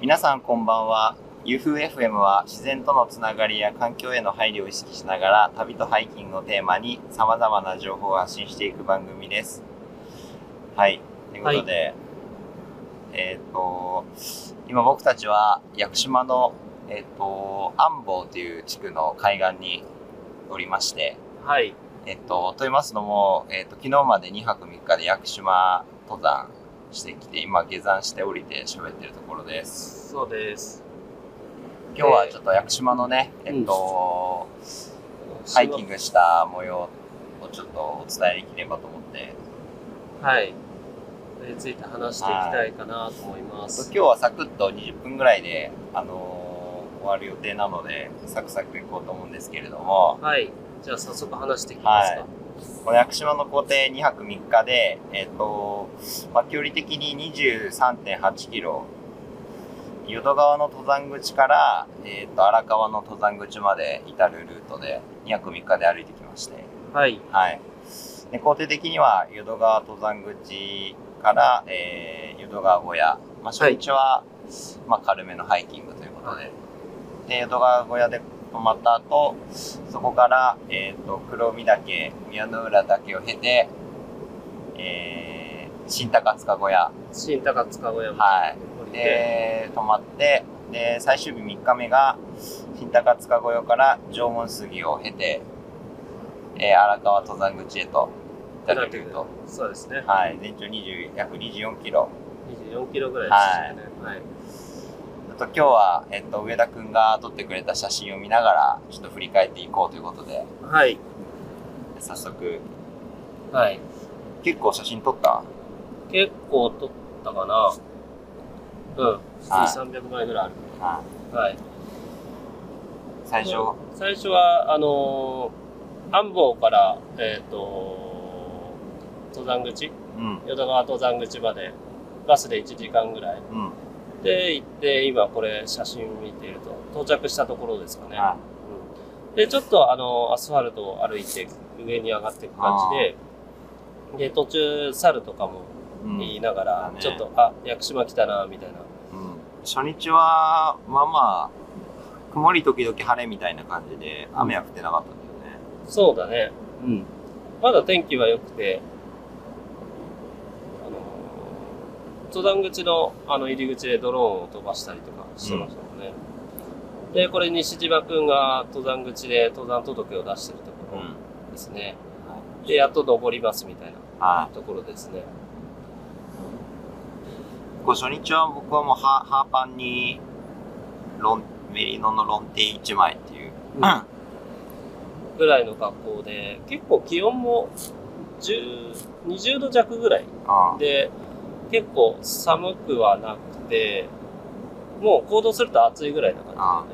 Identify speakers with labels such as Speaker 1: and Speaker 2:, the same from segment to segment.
Speaker 1: 皆さんこんばんは UFFM は自然とのつながりや環境への配慮を意識しながら旅とハイキングをテーマにさまざまな情報を発信していく番組ですはいということで、えっ、と今僕たちは屋久島のえっ、と安房という地区の海岸におりまして
Speaker 2: はい。
Speaker 1: えっと、と言いますのも、えっと、昨日まで2泊3日で屋久島登山してきて、今下山して降りて喋ってるところです。
Speaker 2: そうです。
Speaker 1: 今日はちょっと屋久島のね、えっと、ハイキングした模様をちょっとお伝えできればと思って、
Speaker 2: はい。それについて話していきたいかなと思いま
Speaker 1: 今
Speaker 2: す。
Speaker 1: 日はサクッと20分ぐらいで、あのー終わる予定なので、サクサクいこうと思うんですけれども、
Speaker 2: はい。じゃあ早速話していきますか。
Speaker 1: この屋久島の工程2泊3日で、えっ、と、まあ、距離的に23.8キロ、淀川の登山口から、えっ、と、荒川の登山口まで至るルートで、2泊3日で歩いてきまして、
Speaker 2: はい。
Speaker 1: はい。で、工程的には、淀川登山口から、えー、淀川小屋。まあ、初日は、まあ、軽めのハイキングということで。で、淀川小屋で泊まった後、そこから、えっ、と、黒海岳、宮の浦岳を経て、えー、新高塚小屋。
Speaker 2: 新高塚小屋ま
Speaker 1: はい。
Speaker 2: で降りて、
Speaker 1: で、泊まって、で、最終日3日目が、新高塚御用から縄文杉を経て、えー荒川登山口へと、下ってくると。
Speaker 2: そうですね。
Speaker 1: はい、全長20、約24キロ。
Speaker 2: 24キロぐらいでしたね。はい。
Speaker 1: あと今日は、えっと、上田くんが撮ってくれた写真を見ながら、ちょっと振り返っていこうということで、
Speaker 2: はい。
Speaker 1: 早速、
Speaker 2: はい。
Speaker 1: 結構写真撮った
Speaker 2: 結構撮ったかな。うん。普通に300枚ぐらいある。
Speaker 1: はい。
Speaker 2: はい。
Speaker 1: 最初、
Speaker 2: うん最初はあのー、安房からえっ、と登山口
Speaker 1: うん、
Speaker 2: 淀川登山口までバスで1時間ぐらい
Speaker 1: うん、
Speaker 2: で行って今これ写真見ていると到着したところですかね、
Speaker 1: は
Speaker 2: うんでちょっとあのアスファルトを歩いて上に上がっていく感じでで途中猿とかも
Speaker 1: い。うん、
Speaker 2: 言いながら、
Speaker 1: うん
Speaker 2: ちょっとあ屋久島来たなみたいな
Speaker 1: うん初日は、まあまあ、曇り時々晴れみたいな感じで、雨は降ってなかったんだよね。
Speaker 2: そうだね
Speaker 1: うん。
Speaker 2: まだ天気は良くて、あのー登山口のあの入り口でドローンを飛ばしたりとかしてましたもんね。で、これ西島くんが登山口で登山届を出してるところですね。で、やっと登りますみたいな
Speaker 1: はい。
Speaker 2: ところですね。
Speaker 1: こう初日は僕はもうハハーパンに、ロン、メリノのロンティ1枚っていう。
Speaker 2: うんぐらいの格好で、結構気温も10 20度弱ぐらい
Speaker 1: あ
Speaker 2: で、結構寒くはなくて、もう行動すると暑いぐらいな感じだよね。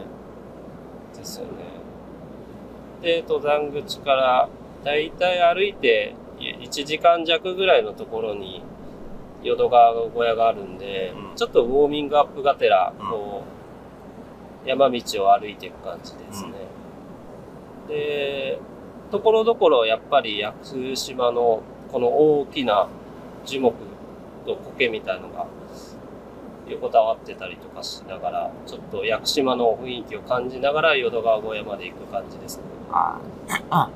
Speaker 2: ですよね。で、登山口から、だいたい歩いて1時間弱ぐらいのところに、淀川の小屋があるんで、
Speaker 1: うん
Speaker 2: ちょっとウォーミングアップがてら、
Speaker 1: うん
Speaker 2: こう、山道を歩いていく感じですね。で、ところどころやっぱり屋久島のこの大きな樹木の苔みたいのが横たわってたりとかしながらちょっと屋久島の雰囲気を感じながら淀川小屋まで行く感じですね
Speaker 1: あ。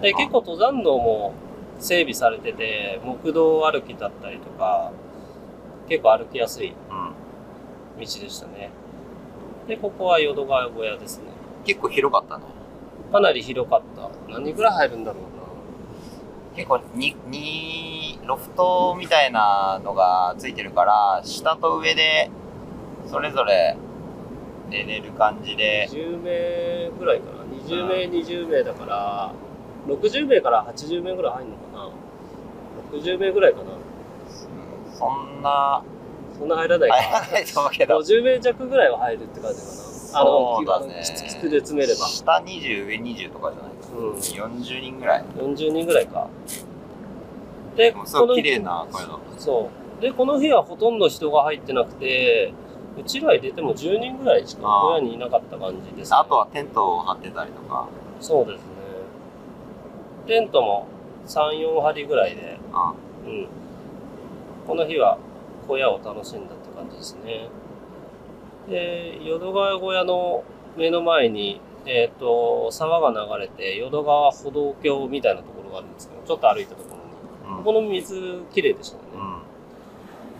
Speaker 2: で結構登山道も整備されてて木道歩きだったりとか結構歩きやすい
Speaker 1: うん。
Speaker 2: 道でしたねでここは淀川小屋ですね
Speaker 1: 結構広かったね。
Speaker 2: かなり広かった何人ぐらい入るんだろう
Speaker 1: 結構に、に、ロフトみたいなのがついてるから、下と上で、それぞれ寝れる感じ
Speaker 2: な
Speaker 1: で、
Speaker 2: 20名ぐらいかな20名20名だから60名から80名ぐらい入るのかな60名ぐらいかな
Speaker 1: うんそんな、
Speaker 2: そんな入らないか
Speaker 1: 入らないと思うけど。
Speaker 2: 50名弱ぐらいは入るって感じかな。あの、
Speaker 1: そうだね
Speaker 2: きつきつで詰めれば。
Speaker 1: 下20、上20とかじゃないか
Speaker 2: うん。
Speaker 1: な。40人ぐらい。
Speaker 2: 40人ぐらいか。で、
Speaker 1: で
Speaker 2: こ
Speaker 1: も
Speaker 2: の
Speaker 1: すごい綺麗な声だっ
Speaker 2: そう。で、この日はほとんど人が入ってなくて、うちら入れても10人ぐらいしか
Speaker 1: あー
Speaker 2: 小屋にいなかった感じです、ね。
Speaker 1: た。あとはテントを張ってたりとか。
Speaker 2: そうですね。テントも3、4張りぐらいで、
Speaker 1: あ
Speaker 2: うん。この日は小屋を楽しんだって感じですね。で、淀川小屋の目の前に、えっ、と、沢が流れて、淀川歩道橋みたいなところがあるんですけど、ちょっと歩いたところに。
Speaker 1: うん
Speaker 2: ここの水、綺麗でしたね。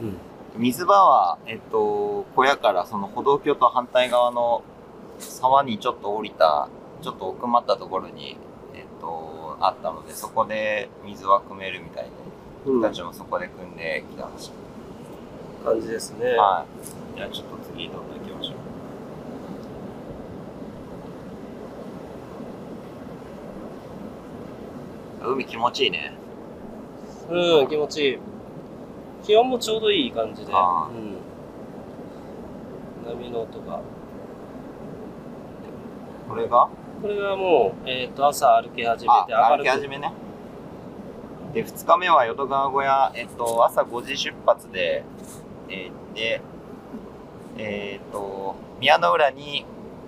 Speaker 2: うん。
Speaker 1: うん、水場は、えっと、小屋からその歩道橋と反対側の沢にちょっと降りた、ちょっと奥まったところに、えっと、あったので、そこで水は汲めるみたいで、
Speaker 2: うん
Speaker 1: 僕たちもそこで汲んできたんですよ
Speaker 2: 感じですね。
Speaker 1: はい。じゃあちょっと次どんどん行きましょう。海気持ちいいね。
Speaker 2: うん、気持ちいい。気温もちょうどいい感じで。
Speaker 1: あー
Speaker 2: うん。波の音が。
Speaker 1: これが
Speaker 2: これがもう、えっ、と、朝歩き始めて、
Speaker 1: あ、歩
Speaker 2: 明る
Speaker 1: き
Speaker 2: く
Speaker 1: 始めね。で、2日目は淀川小屋、えっと、朝5時出発で、えーで、えーっと、宮の浦に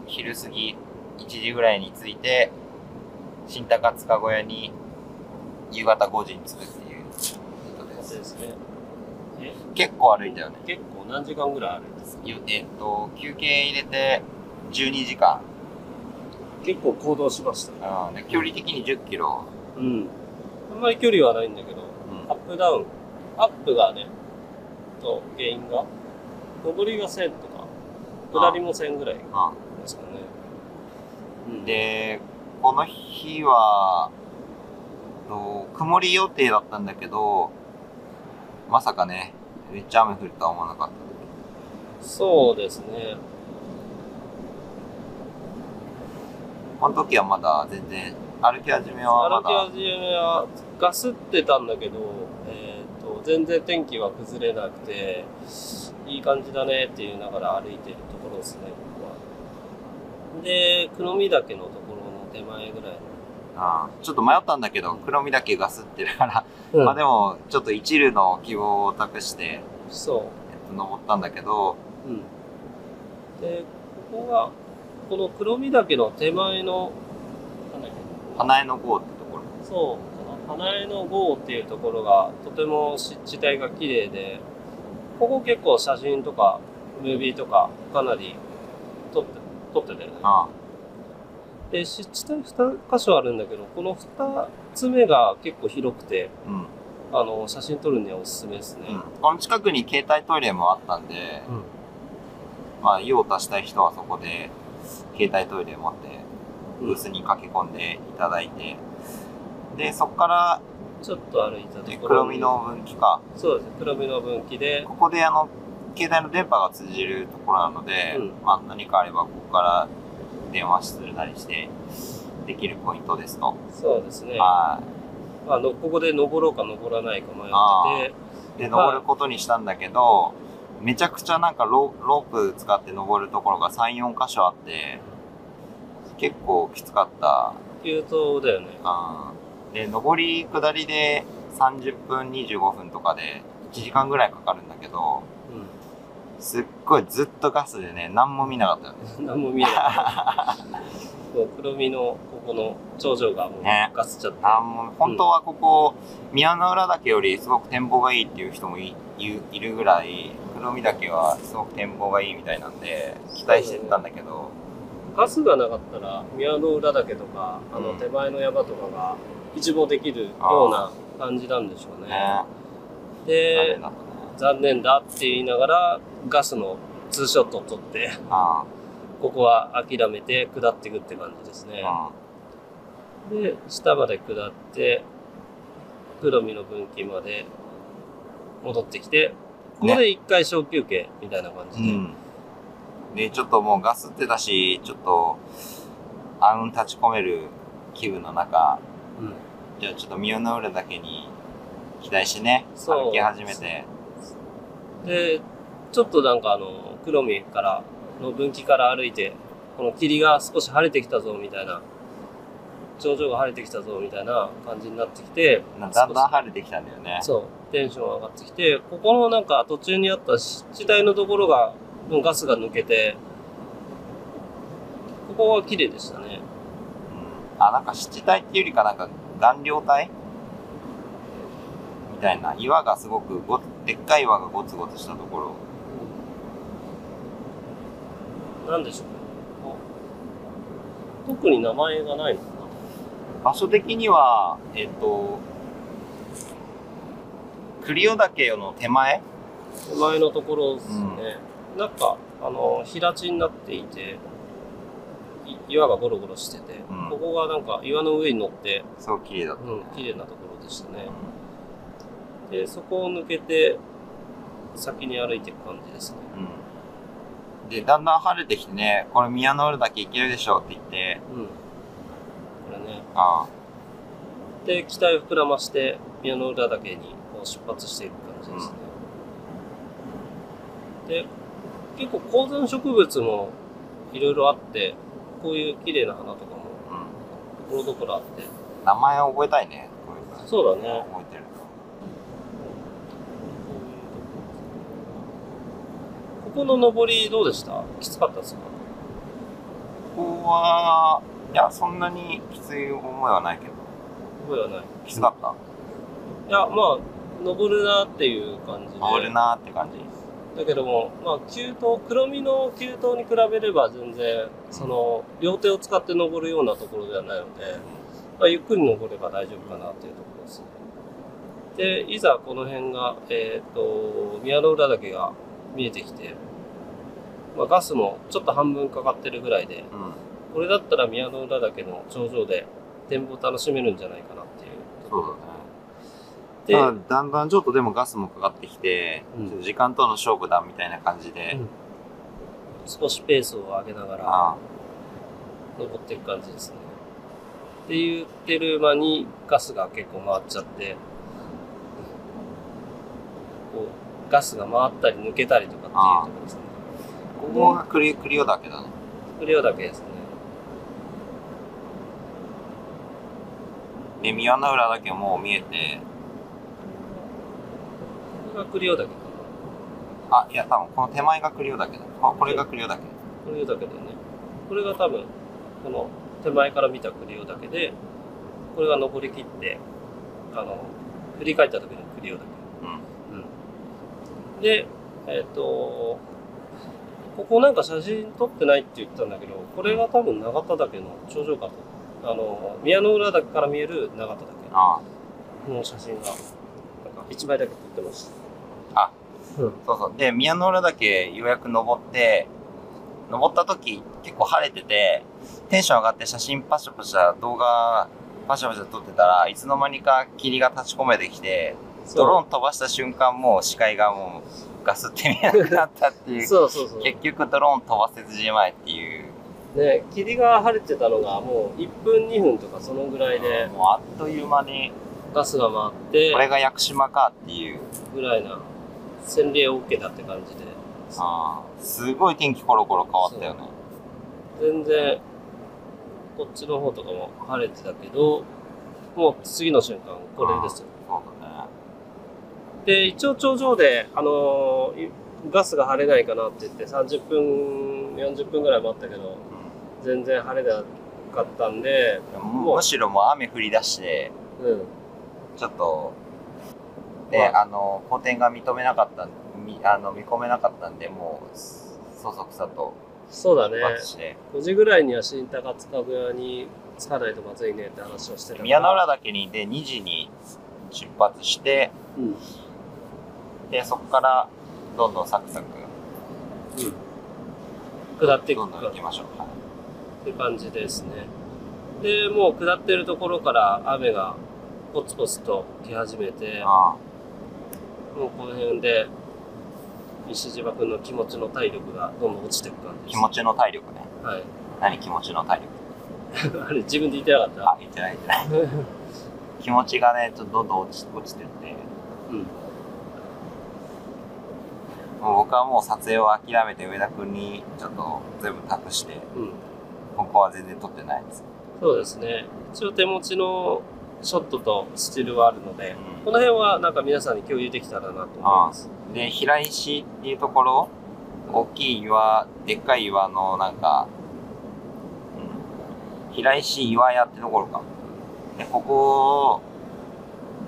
Speaker 1: 昼過ぎ1時ぐらいに着いて、新高塚小屋に夕方5時に着くっていうことで
Speaker 2: 感じ
Speaker 1: す。
Speaker 2: ですね。え
Speaker 1: 結構歩いたよね。
Speaker 2: 結構何時間ぐらい歩いた
Speaker 1: ゆえっと、休憩入れて12時間。
Speaker 2: 結構行動しました。
Speaker 1: うん、で距離的に10キロ。
Speaker 2: うん。あんまり距離はないんだけ
Speaker 1: う
Speaker 2: ど、
Speaker 1: ん
Speaker 2: アップダウン、アップがね、と原因が、上りが1000とか、下りも1000ぐらい
Speaker 1: うん
Speaker 2: ですかね。うん、
Speaker 1: で、この日は、と曇り予定だったんだけど、まさかね、めっちゃ雨降るとは思わなかっ
Speaker 2: そうですね。
Speaker 1: た。この時はまだ全然、歩き始めはま
Speaker 2: 歩き
Speaker 1: だ、
Speaker 2: 始めはガスってたんだけど、えー、と全然天気は崩れなくていい感じだねって言いながら歩いてるところですね僕はで黒見岳のところの手前ぐらい
Speaker 1: うん、ちょっと迷ったんだけど、黒身だけガスってるから、
Speaker 2: の、
Speaker 1: まあでも、ちょっと一縷の希望を託して、
Speaker 2: そ
Speaker 1: えっと、登ったんだけど、
Speaker 2: う、うん、でここがこの黒見岳の手前のなんだっけ
Speaker 1: 花江の郷ってところ。
Speaker 2: そう、この花江の郷っていうところがとても湿地帯が綺麗で、ここ結構写真とかムービーとかかなり撮って、撮ってたよね。
Speaker 1: う
Speaker 2: で、湿地帯2箇所あるんだけど、この2つ目が結構広くて、
Speaker 1: ん。うん。
Speaker 2: あの、写真撮るにはおすすめですね。
Speaker 1: うん。この近くに携帯トイレもあったんで、まあ、用を足したい人はそこで、携帯トイレ持って、
Speaker 2: う
Speaker 1: ブ
Speaker 2: ん
Speaker 1: ースに駆け込んでいただいて、で、そこから、
Speaker 2: ちょっと歩いたところ
Speaker 1: え
Speaker 2: に
Speaker 1: 黒身の分岐か。
Speaker 2: そうですね、黒身の分岐で、
Speaker 1: ここで、あの、携帯の電波が通じるところなので、
Speaker 2: うん
Speaker 1: まあ、何かあれば、ここから電話するなりして、できるポイントですと。
Speaker 2: そうですね、
Speaker 1: はい。
Speaker 2: あの、ここで登ろうか登らないか迷ってて、
Speaker 1: で、登ることにしたんだけど、めちゃくちゃなんかロロープ使って登るところが3、4箇所あって、結構きつかった
Speaker 2: 急登だよね。
Speaker 1: あーで上り下りで30分25分とかで1時間ぐらいかかるんだけど
Speaker 2: うん
Speaker 1: すっごいずっとガスでね何も見なかったよね
Speaker 2: 何も見えない。もう黒身のここの頂上がもう
Speaker 1: ね
Speaker 2: ガスっちゃって。
Speaker 1: 何も本当はここ、宮の浦岳よりすごく展望がいいっていう人もいいいるぐらい黒見岳はすごく展望がいいみたいなんで期待してたんだけど
Speaker 2: ガスがなかったら宮の裏岳とか、あの
Speaker 1: うん
Speaker 2: 手前の山とかが一望できるような感じなんでしょうね。
Speaker 1: ね残
Speaker 2: で
Speaker 1: 念、だったね
Speaker 2: 残念だって言いながらガスのツーショットを撮って、
Speaker 1: あ
Speaker 2: ここは諦めて下っていくって感じですね。
Speaker 1: あ
Speaker 2: で、下まで下って、黒身の分岐まで戻ってきて、ここで一回小休憩みたいな感
Speaker 1: う
Speaker 2: じで。
Speaker 1: んでちょっともうガスってたしちょっと暗雲立ち込める気分の中
Speaker 2: うん
Speaker 1: じゃあちょっと三の浦だけに期待してね、
Speaker 2: そう
Speaker 1: 歩き始めて。
Speaker 2: で、ちょっとなんかあの、黒見から、の分岐から歩いて、この霧が少し晴れてきたぞみたいな、頂上が晴れてきたぞみたいな感じになってきて、
Speaker 1: なだんだん
Speaker 2: 少
Speaker 1: 晴れてきたんだよね
Speaker 2: し。そう、テンション上がってきて、ここのなんか途中にあった湿地帯のところが、もうガスが抜けて、ここは綺麗でしたね。
Speaker 1: うんあ、なんか湿地帯っていうよりかなんか顔料帯みたいな。岩がすごくご、でっかい岩がゴツゴツしたところ。
Speaker 2: なんでしょうねこう特に名前がないのか
Speaker 1: 場所的には、えっと、栗尾岳の手前
Speaker 2: な前のところですね、なんかあの平地になっていてい岩がゴロゴロしてて、
Speaker 1: うん
Speaker 2: ここがなんか岩の上に乗って、
Speaker 1: すごく綺麗だっ
Speaker 2: うん、綺麗なところでした
Speaker 1: た
Speaker 2: ね。でそこを抜けて先に歩いていく感じですね、
Speaker 1: うんで、だんだん晴れてきてね、これ宮の浦岳行けるでしょうって言って、
Speaker 2: うん、これね
Speaker 1: ああ、
Speaker 2: で期待を膨らまして宮の浦岳にこう出発していく感じですね、で結構高山植物もいろいろあってこういう綺麗な花とかも
Speaker 1: う
Speaker 2: ところどころあって
Speaker 1: ん。名前を覚えたいね。こういうの
Speaker 2: そうだね
Speaker 1: 覚えてる。
Speaker 2: ここの登りどうでしたきつかったですか
Speaker 1: ここは、いや、そんなにきつい思いはないけど、
Speaker 2: 覚えはない
Speaker 1: きつかった。
Speaker 2: いやまあ登るなっていう感じで
Speaker 1: 登るなーって感じ。
Speaker 2: だけども、まあ、急登、黒身の急登に比べれば全然、その、両手を使って登るようなところではないので、まあ、ゆっくり登れば大丈夫かなというところですね。で、いざこの辺が、えっ、と、宮の浦岳が見えてきて、まあ、ガスもちょっと半分かかってるぐらいで、
Speaker 1: うん。
Speaker 2: これだったら宮の浦岳の頂上で展望楽しめるんじゃないかなっていうとこ
Speaker 1: そう
Speaker 2: ろ
Speaker 1: だね。
Speaker 2: で、
Speaker 1: ただだんだんちょっとでもガスもかかってきて、
Speaker 2: うん
Speaker 1: ちょっと時間との勝負だみたいな感じで、
Speaker 2: うん少しペースを上げながら、
Speaker 1: あ
Speaker 2: 登っていく感じですね。って言ってる間にガスが結構回っちゃって、こうガスが回ったり抜けたりとかっていうところですね。
Speaker 1: あここがクリクリオだけだね
Speaker 2: 不良だけですね。
Speaker 1: で宮の浦だけもう見えて
Speaker 2: これがクリオだけか
Speaker 1: あいや多分この手前がクリオだけだあこれがクリオだけ
Speaker 2: な。クリオだけだよね。これが多分、この手前から見たクリオだけで、これが登り切って、あの、振り返った時のクリオだけ。
Speaker 1: うん
Speaker 2: うんで、えっ、と、ここなんか写真撮ってないって言ったんだけど、これが多分長田岳の頂上かと。あの、宮の浦岳から見える長田岳
Speaker 1: あ
Speaker 2: の写真が、なんか一枚だけ撮ってます。
Speaker 1: あ
Speaker 2: うん。
Speaker 1: そうそうで宮の浦だけようやく登って登った時結構晴れててテンション上がって写真パシャパシャ動画パシャパシャ撮ってたらいつの間にか霧が立ち込めてきてドローン飛ばした瞬間もう視界がもうガスって見えなくなったっていう
Speaker 2: そうそうそう。
Speaker 1: 結局ドローン飛ばせずじまいっていう、
Speaker 2: ね、霧が晴れてたのがもう1分2分とかそのぐらいで
Speaker 1: もうあっという間に
Speaker 2: ガスが回って
Speaker 1: これが屋久島かっていう、
Speaker 2: ぐらいな洗礼を受けたって感じで
Speaker 1: あーすごい天気コロコロ変わったよね
Speaker 2: 全然こっちの方とかも晴れてたけどもう次の瞬間これですよ
Speaker 1: そうだね
Speaker 2: で一応頂上であのーいガスが晴れないかなって言って30分40分ぐらい待ったけど全然晴れなかったんで
Speaker 1: でもむむしろもう雨降り出して
Speaker 2: うん
Speaker 1: ちょっとで、
Speaker 2: ま
Speaker 1: あの好天が認めなかったみあの見込めなかったんでもうそそくさと
Speaker 2: そうだね
Speaker 1: 出発して、
Speaker 2: 5時ぐらいには新高塚部屋に着かないとまずいねって話をしてたから
Speaker 1: 宮の浦岳にで2時に出発して
Speaker 2: うん、うん、
Speaker 1: でそこからどんどんサクサク
Speaker 2: 下ってい
Speaker 1: ど
Speaker 2: く
Speaker 1: んどん
Speaker 2: か
Speaker 1: 行きましょうはい
Speaker 2: って感じですね。で、もう下ってるところから雨がポツポツと来始めて、
Speaker 1: あ
Speaker 2: もうこの辺で石島君の気持ちの体力がどんどん落ちていく感
Speaker 1: ー
Speaker 2: じ
Speaker 1: 気持ちの体力ね
Speaker 2: です。はい。
Speaker 1: 何気持ちの体力
Speaker 2: あれ、自分で言ってなかっ
Speaker 1: あ言ってない言ってない 気持ちがねちょっとどんどん落ち落ちてって
Speaker 2: たうん。
Speaker 1: もう僕はもう撮影を諦めて上田君にちょっと全部託して
Speaker 2: うん。
Speaker 1: ここは全然撮ってないです、
Speaker 2: そうですね。一応手持ちのショットとスチールはあるので、こ
Speaker 1: う
Speaker 2: の辺はなんか皆さんに共有できたらなと思います。
Speaker 1: ん、で平石っていうところ大きい岩でっかい岩のなんか、うん、平石岩屋ってところかでここ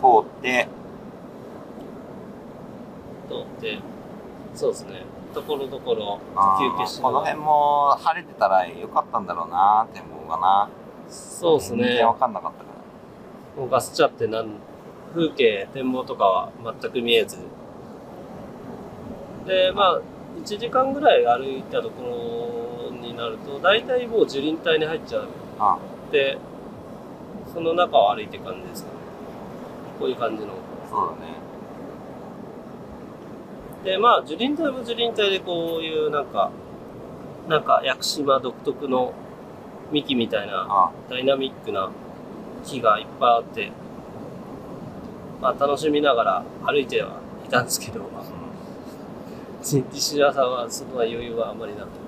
Speaker 1: を通って
Speaker 2: とでそうですねところどころ
Speaker 1: あ
Speaker 2: 休憩
Speaker 1: ー
Speaker 2: し
Speaker 1: こ
Speaker 2: な
Speaker 1: の
Speaker 2: がら
Speaker 1: 辺も晴れてたらよかったんだろうなって思うかな。
Speaker 2: そうです
Speaker 1: 全
Speaker 2: ね
Speaker 1: 然わかんなかったから。
Speaker 2: もうガスチャってなん風景展望とかは全く見えずでまあ1時間ぐらい歩いたところになると大体もう樹林帯に入っちゃう
Speaker 1: あ
Speaker 2: でその中を歩いていく感じですねこういう感じの
Speaker 1: そうだね。
Speaker 2: でまあ樹林帯も樹林帯でこういうなんかなんか屋久島独特の幹みたいな
Speaker 1: あ
Speaker 2: ダイナミックな木がいっぱいあって、まあ、楽しみながら歩いてはいたんですけど、 西田さんはその余裕はあんまりなくて。
Speaker 1: うん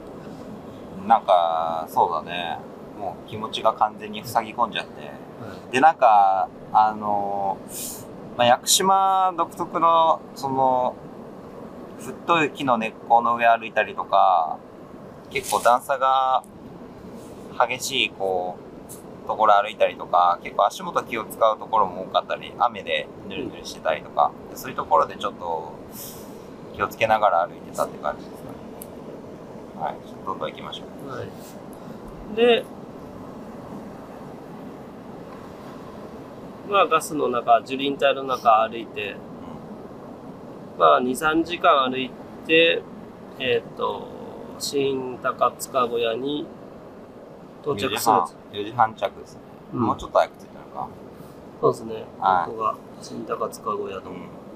Speaker 1: なんか、そうだね。もう気持ちが完全に塞ぎ込んじゃって。で、なんか、あのまあ、屋久島独特の、その、太い木の根っこの上歩いたりとか、結構段差が激しい、こう、ところ歩いたりとか、結構足元気を使うところも多かったり、雨でぬるぬるしてたりとか、そういうところでちょっと気をつけながら歩いてたって感じですかね。はい、ちょっとどんどん行きましょう。
Speaker 2: はい。で、まあガスの中、樹林帯の中歩いて、まあ2、3時間歩いて、えっ、と、新高塚小屋に到着するんです。
Speaker 1: 4時半着ですね。
Speaker 2: うん
Speaker 1: もうちょっと早く着いたのか。
Speaker 2: そうですね。
Speaker 1: はい
Speaker 2: ここが新高塚小屋の。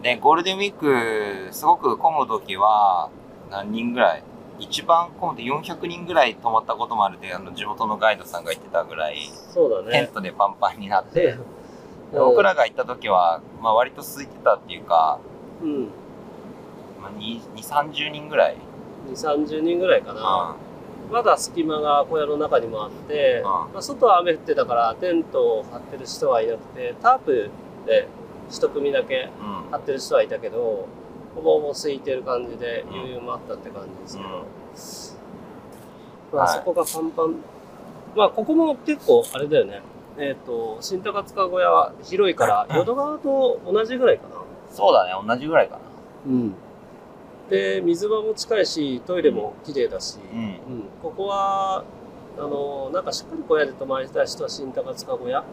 Speaker 1: で、ゴールデンウィーク、すごく混む時は、何人ぐらい一番混むと400人ぐらい泊まったこともあるで、あの、地元のガイドさんが言ってたぐらい、
Speaker 2: そうだ
Speaker 1: テン
Speaker 2: ね。
Speaker 1: トでパンパンになって、
Speaker 2: で、
Speaker 1: で僕らが行った時は、まあ割と空いてたっていうか、
Speaker 2: うん、
Speaker 1: まあ、2、2 30人ぐらい。
Speaker 2: 2、30人ぐらいかな。まだ隙間が小屋の中にもあって、
Speaker 1: うん
Speaker 2: まあ、外は雨降ってたからテントを張ってる人はいなくて、タープで一組だけ
Speaker 1: うん。うん。
Speaker 2: 張ってる人はいたけど、ほぼほぼ空いてる感じで
Speaker 1: うん
Speaker 2: 余裕もあったって感じですけ
Speaker 1: うん
Speaker 2: ど、まあ
Speaker 1: はい
Speaker 2: そこがパンパン。まあここも結構あれだよね。えっ、と、新高塚小屋は広いから、淀川と同じぐらいかな。
Speaker 1: そうだね、同じぐらいかな。
Speaker 2: うん、で水場も近いしトイレも綺麗だし、
Speaker 1: う
Speaker 2: うん
Speaker 1: ん。
Speaker 2: ここはあのなんかしっかり小屋で泊まりたい人は新高塚小屋
Speaker 1: う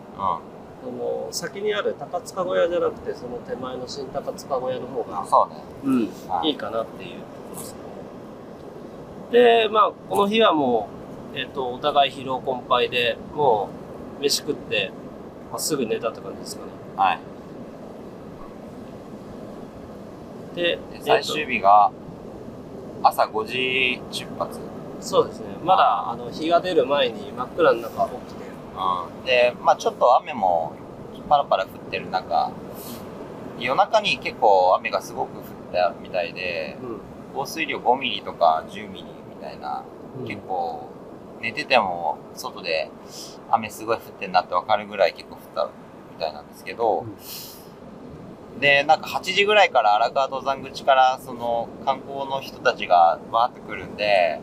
Speaker 2: その先にある高塚小屋じゃなくてその手前の新高塚小屋の方
Speaker 1: ん。あ
Speaker 2: が、
Speaker 1: そうね。
Speaker 2: うん、
Speaker 1: はい
Speaker 2: いかなっていうところですねでまあこの日はもう、えっとお互い疲労困憊でもう飯食って、まあすぐ寝たって感じですかね
Speaker 1: はい。
Speaker 2: で
Speaker 1: で最終日が、朝5時出発。
Speaker 2: そうですね。まだ、あの、日が出る前に真っ暗の中起きて。
Speaker 1: うんで、まあちょっと雨もパラパラ降ってる中、夜中に結構雨がすごく降ったみたいで、
Speaker 2: う
Speaker 1: 降水量5ミリとか10ミリみたいな、結構寝てても外で雨すごい降ってんなってわかるぐらい結構降ったみたいなんですけど、で、なんか8時ぐらいから荒川登山口からその観光の人たちがバーって来るんで、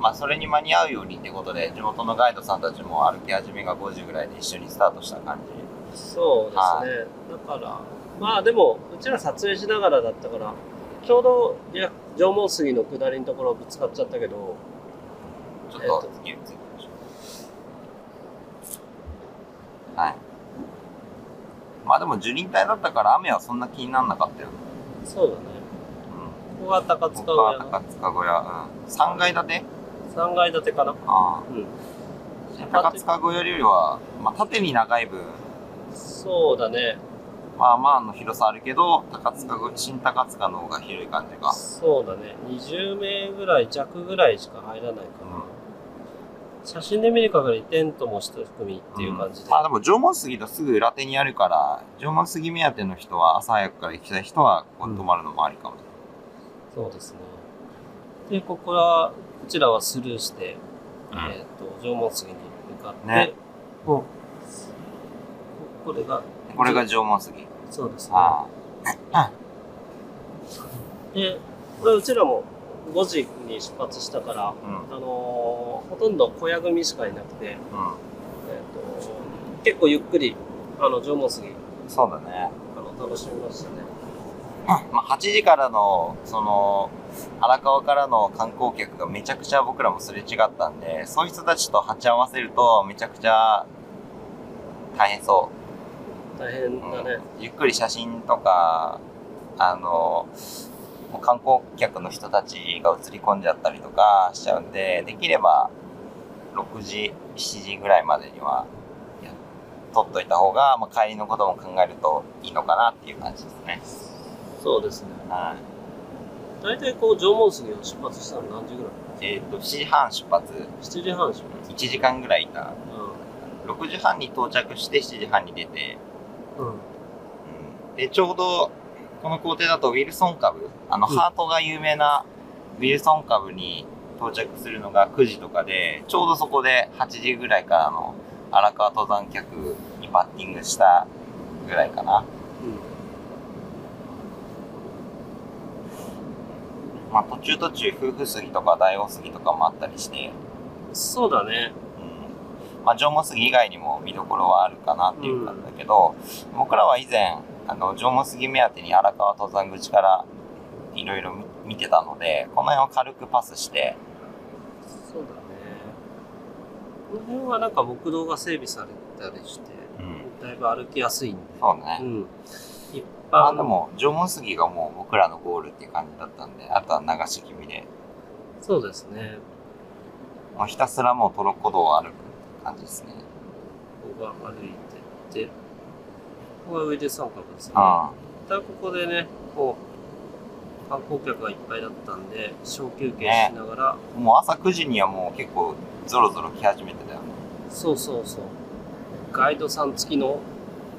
Speaker 1: まあそれに間に合うようにってことで地元のガイドさんたちも歩き始めが5時ぐらいで一緒にスタートした感じ。
Speaker 2: そうですね。だから、まあでも、うちら撮影しながらだったから、ちょうど、いや、縄文杉の下りのところぶつかっちゃったけど、
Speaker 1: ちょっと次移りましょう。はい。まあでも樹林帯だったから雨はそんな気にならなかったよね。
Speaker 2: そうだね。
Speaker 1: うん
Speaker 2: ここが高
Speaker 1: 僕
Speaker 2: 塚
Speaker 1: は
Speaker 2: 小屋
Speaker 1: 高
Speaker 2: の
Speaker 1: 塚小屋、うん、3階建て
Speaker 2: 3階建てかな。
Speaker 1: あ
Speaker 2: うん。
Speaker 1: あ高塚小屋よりは、まあ、縦に長い分
Speaker 2: そうだね。
Speaker 1: まあまあの広さあるけど高塚小新高塚の方が広い感じが、
Speaker 2: そうだね。20名ぐらい弱ぐらいしか入らないかな。写真で見る限りテントも一組っていう感じで。
Speaker 1: まあでも縄文杉とすぐ裏手にあるから縄文杉目当ての人は朝早くから行きたい人はここに泊まるのもありかもしれない、
Speaker 2: そうですね。で、ここは、こちらはスルーして、
Speaker 1: うん
Speaker 2: えっ、と、縄文杉に向かって、
Speaker 1: ね
Speaker 2: こうこれが、
Speaker 1: これが縄文杉
Speaker 2: そうですね。
Speaker 1: あ
Speaker 2: で、これうちらも5時に出発したから、
Speaker 1: あうんうん
Speaker 2: あのーほとんど小屋組しかいなくて、えっ、と、結構ゆっくり、あの、縄文杉、
Speaker 1: そうだね
Speaker 2: あの、楽しみましたね。
Speaker 1: まあ、8時からの、その、荒川からの観光客がめちゃくちゃ僕らもすれ違ったんで、そういう人たちと鉢合わせると、めちゃくちゃ大変そう。
Speaker 2: 大変だね。
Speaker 1: ゆっくり写真とか、あの、観光客の人たちが映り込んじゃったりとかしちゃうんで、できれば6時、7時ぐらいまでにはや撮っといた方が、まあ、帰りのことも考えるといいのかなっていう感じですね。
Speaker 2: そうですね。
Speaker 1: は
Speaker 2: 大体こう縄文杉を出発したの何時ぐらい
Speaker 1: い。えっ、と、7時半出発、
Speaker 2: ?7 時半でしょ。
Speaker 1: 1時間ぐらいいた。
Speaker 2: う
Speaker 1: 6時半に到着して7時半に出て、
Speaker 2: ん。うん。
Speaker 1: うんで、ちょうど、この工程だとウィルソン株、あの、
Speaker 2: うん
Speaker 1: ハートが有名なウィルソン株に到着するのが9時とかで、ちょうどそこで8時ぐらいからの荒川登山客にバッティングしたぐらいかな。まあ、途中途中、夫婦杉とか大王杉とかもあったりして、
Speaker 2: そうだね。
Speaker 1: うんまあ、縄文杉以外にも見どころはあるかなっていう感じだけど、僕らは以前あの縄文杉目当てに荒川登山口からいろいろ見てたのでこの辺を軽くパスして、
Speaker 2: そうだね。この辺はなんか木道が整備されたりして、だいぶ歩きやすいんで。
Speaker 1: そうね、
Speaker 2: うん。一
Speaker 1: まあ
Speaker 2: 般
Speaker 1: でも縄文杉がもう僕らのゴールっていう感じだったんであとは流し気味で
Speaker 2: そうですね。
Speaker 1: もうひたすらもうトロッコ道を歩く感じですね、
Speaker 2: ここが歩いてって、ここが上で三角ですね。
Speaker 1: う
Speaker 2: 一旦ここでね、こう、観光客がいっぱいだったんで、小休憩
Speaker 1: ね
Speaker 2: しながら、
Speaker 1: ん、もう朝9時にはもう結構ゾロゾロ来始めてたよね
Speaker 2: そうそうそう、ガイドさん付きの、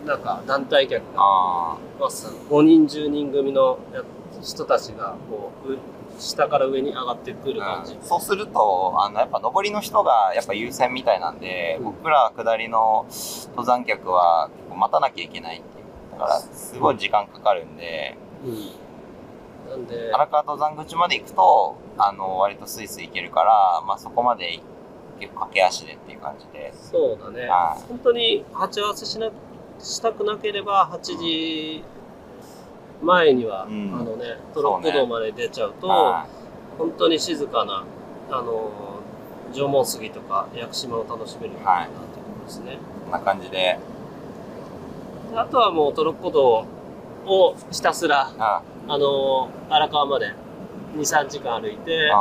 Speaker 2: なんか団体客が、
Speaker 1: あ
Speaker 2: まあ、5人、10人組のや人たちが、こう、う下から上に上がってくる感じ。
Speaker 1: そうすると、あの、やっぱ上りの人がやっぱ優先みたいなんで、
Speaker 2: うん
Speaker 1: 僕ら下りの登山客は結構待たなきゃいけないっていう。だから、すごい時間かかるんで、
Speaker 2: うん。なんで、
Speaker 1: 荒川登山口まで行くと、あの、割とスイスイ行けるから、まあそこまで結構駆け足でっていう感じで。
Speaker 2: そうだね。
Speaker 1: は
Speaker 2: 本当に鉢合わせしなしたくなければ8時前には、
Speaker 1: うん
Speaker 2: あのねトロッコ道まで出ちゃうと
Speaker 1: は
Speaker 2: 本当に静かなあのー縄文杉とか屋久島を楽しめるようになってくるんですね、
Speaker 1: い。こんな感じで、
Speaker 2: であとはもうトロッコ道をひたすら
Speaker 1: うん。うん。
Speaker 2: あのー荒川まで23時間歩いて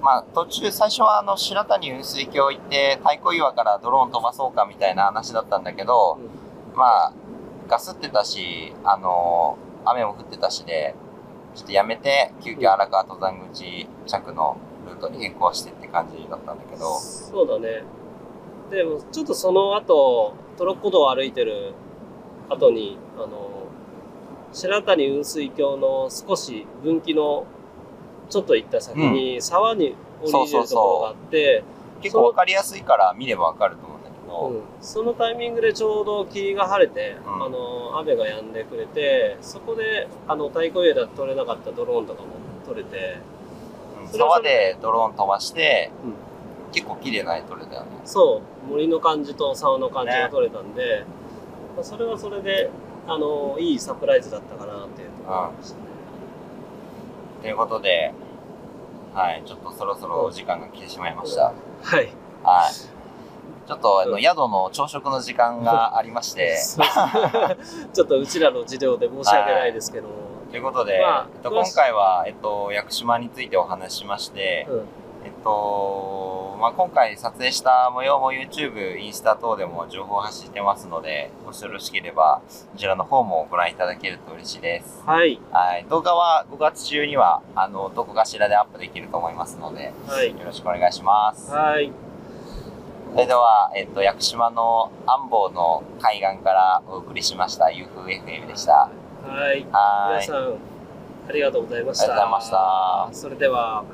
Speaker 1: まあ途中、最初はあの、白谷雲水峡行って、太鼓岩からドローン飛ばそうかみたいな話だったんだけど、
Speaker 2: うん
Speaker 1: まあ、ガスってたし、あのー雨も降ってたしで、ちょっとやめて、急遽荒川登山口着のルートに変更してって感じだったんだけど、
Speaker 2: そうだね。でも、ちょっとその後、トロッコ道を歩いてる後に、あの、白谷雲水峡の少し分岐のちょっと行った先に沢に降りれるところがあって、
Speaker 1: 結構わかりやすいから見ればわかると思うんだけ
Speaker 2: う
Speaker 1: ど、
Speaker 2: んそのタイミングでちょうど霧が晴れて、
Speaker 1: うん
Speaker 2: あの、雨が止んでくれて、そこで、あの、太鼓枝取れなかったドローンとかも取れて、
Speaker 1: うん
Speaker 2: それは
Speaker 1: 沢
Speaker 2: それ
Speaker 1: でドローン飛ばして、
Speaker 2: うん
Speaker 1: 結構綺麗な絵撮れたよね。
Speaker 2: そう森の感じと沢の感じが取れたんで、まあそれはそれであのいいサプライズだったかなっていうところでしたね、
Speaker 1: ということで、はい、ちょっとそろそろお時間が来てしまいました。
Speaker 2: はい
Speaker 1: はい。ちょっとあ
Speaker 2: う
Speaker 1: の
Speaker 2: ん
Speaker 1: 宿の朝食の時間がありまして、
Speaker 2: そうそう ちょっとうちらの事情で申し訳ないですけど、
Speaker 1: ということで、
Speaker 2: まあ
Speaker 1: えっと、
Speaker 2: 詳
Speaker 1: 今
Speaker 2: し
Speaker 1: 回は、えっと、屋久島についてお話ししまして、
Speaker 2: うん
Speaker 1: えっと、まあ、今回撮影した模様も YouTube、インスタ等でも情報を発信してますので、もしよろしければ、こちらの方もご覧いただけると嬉しいです。
Speaker 2: はい
Speaker 1: はい。動画は5月中には、あの、どこかしらでアップできると思いますので、よ
Speaker 2: はい
Speaker 1: ろしくお願いします。
Speaker 2: はい
Speaker 1: それでは、えっと、屋久島の安房の海岸からお送りしました、u f f m でした。
Speaker 2: はい
Speaker 1: はーい。
Speaker 2: 皆さんありがとうございまし
Speaker 1: ありがとうございました
Speaker 2: それでは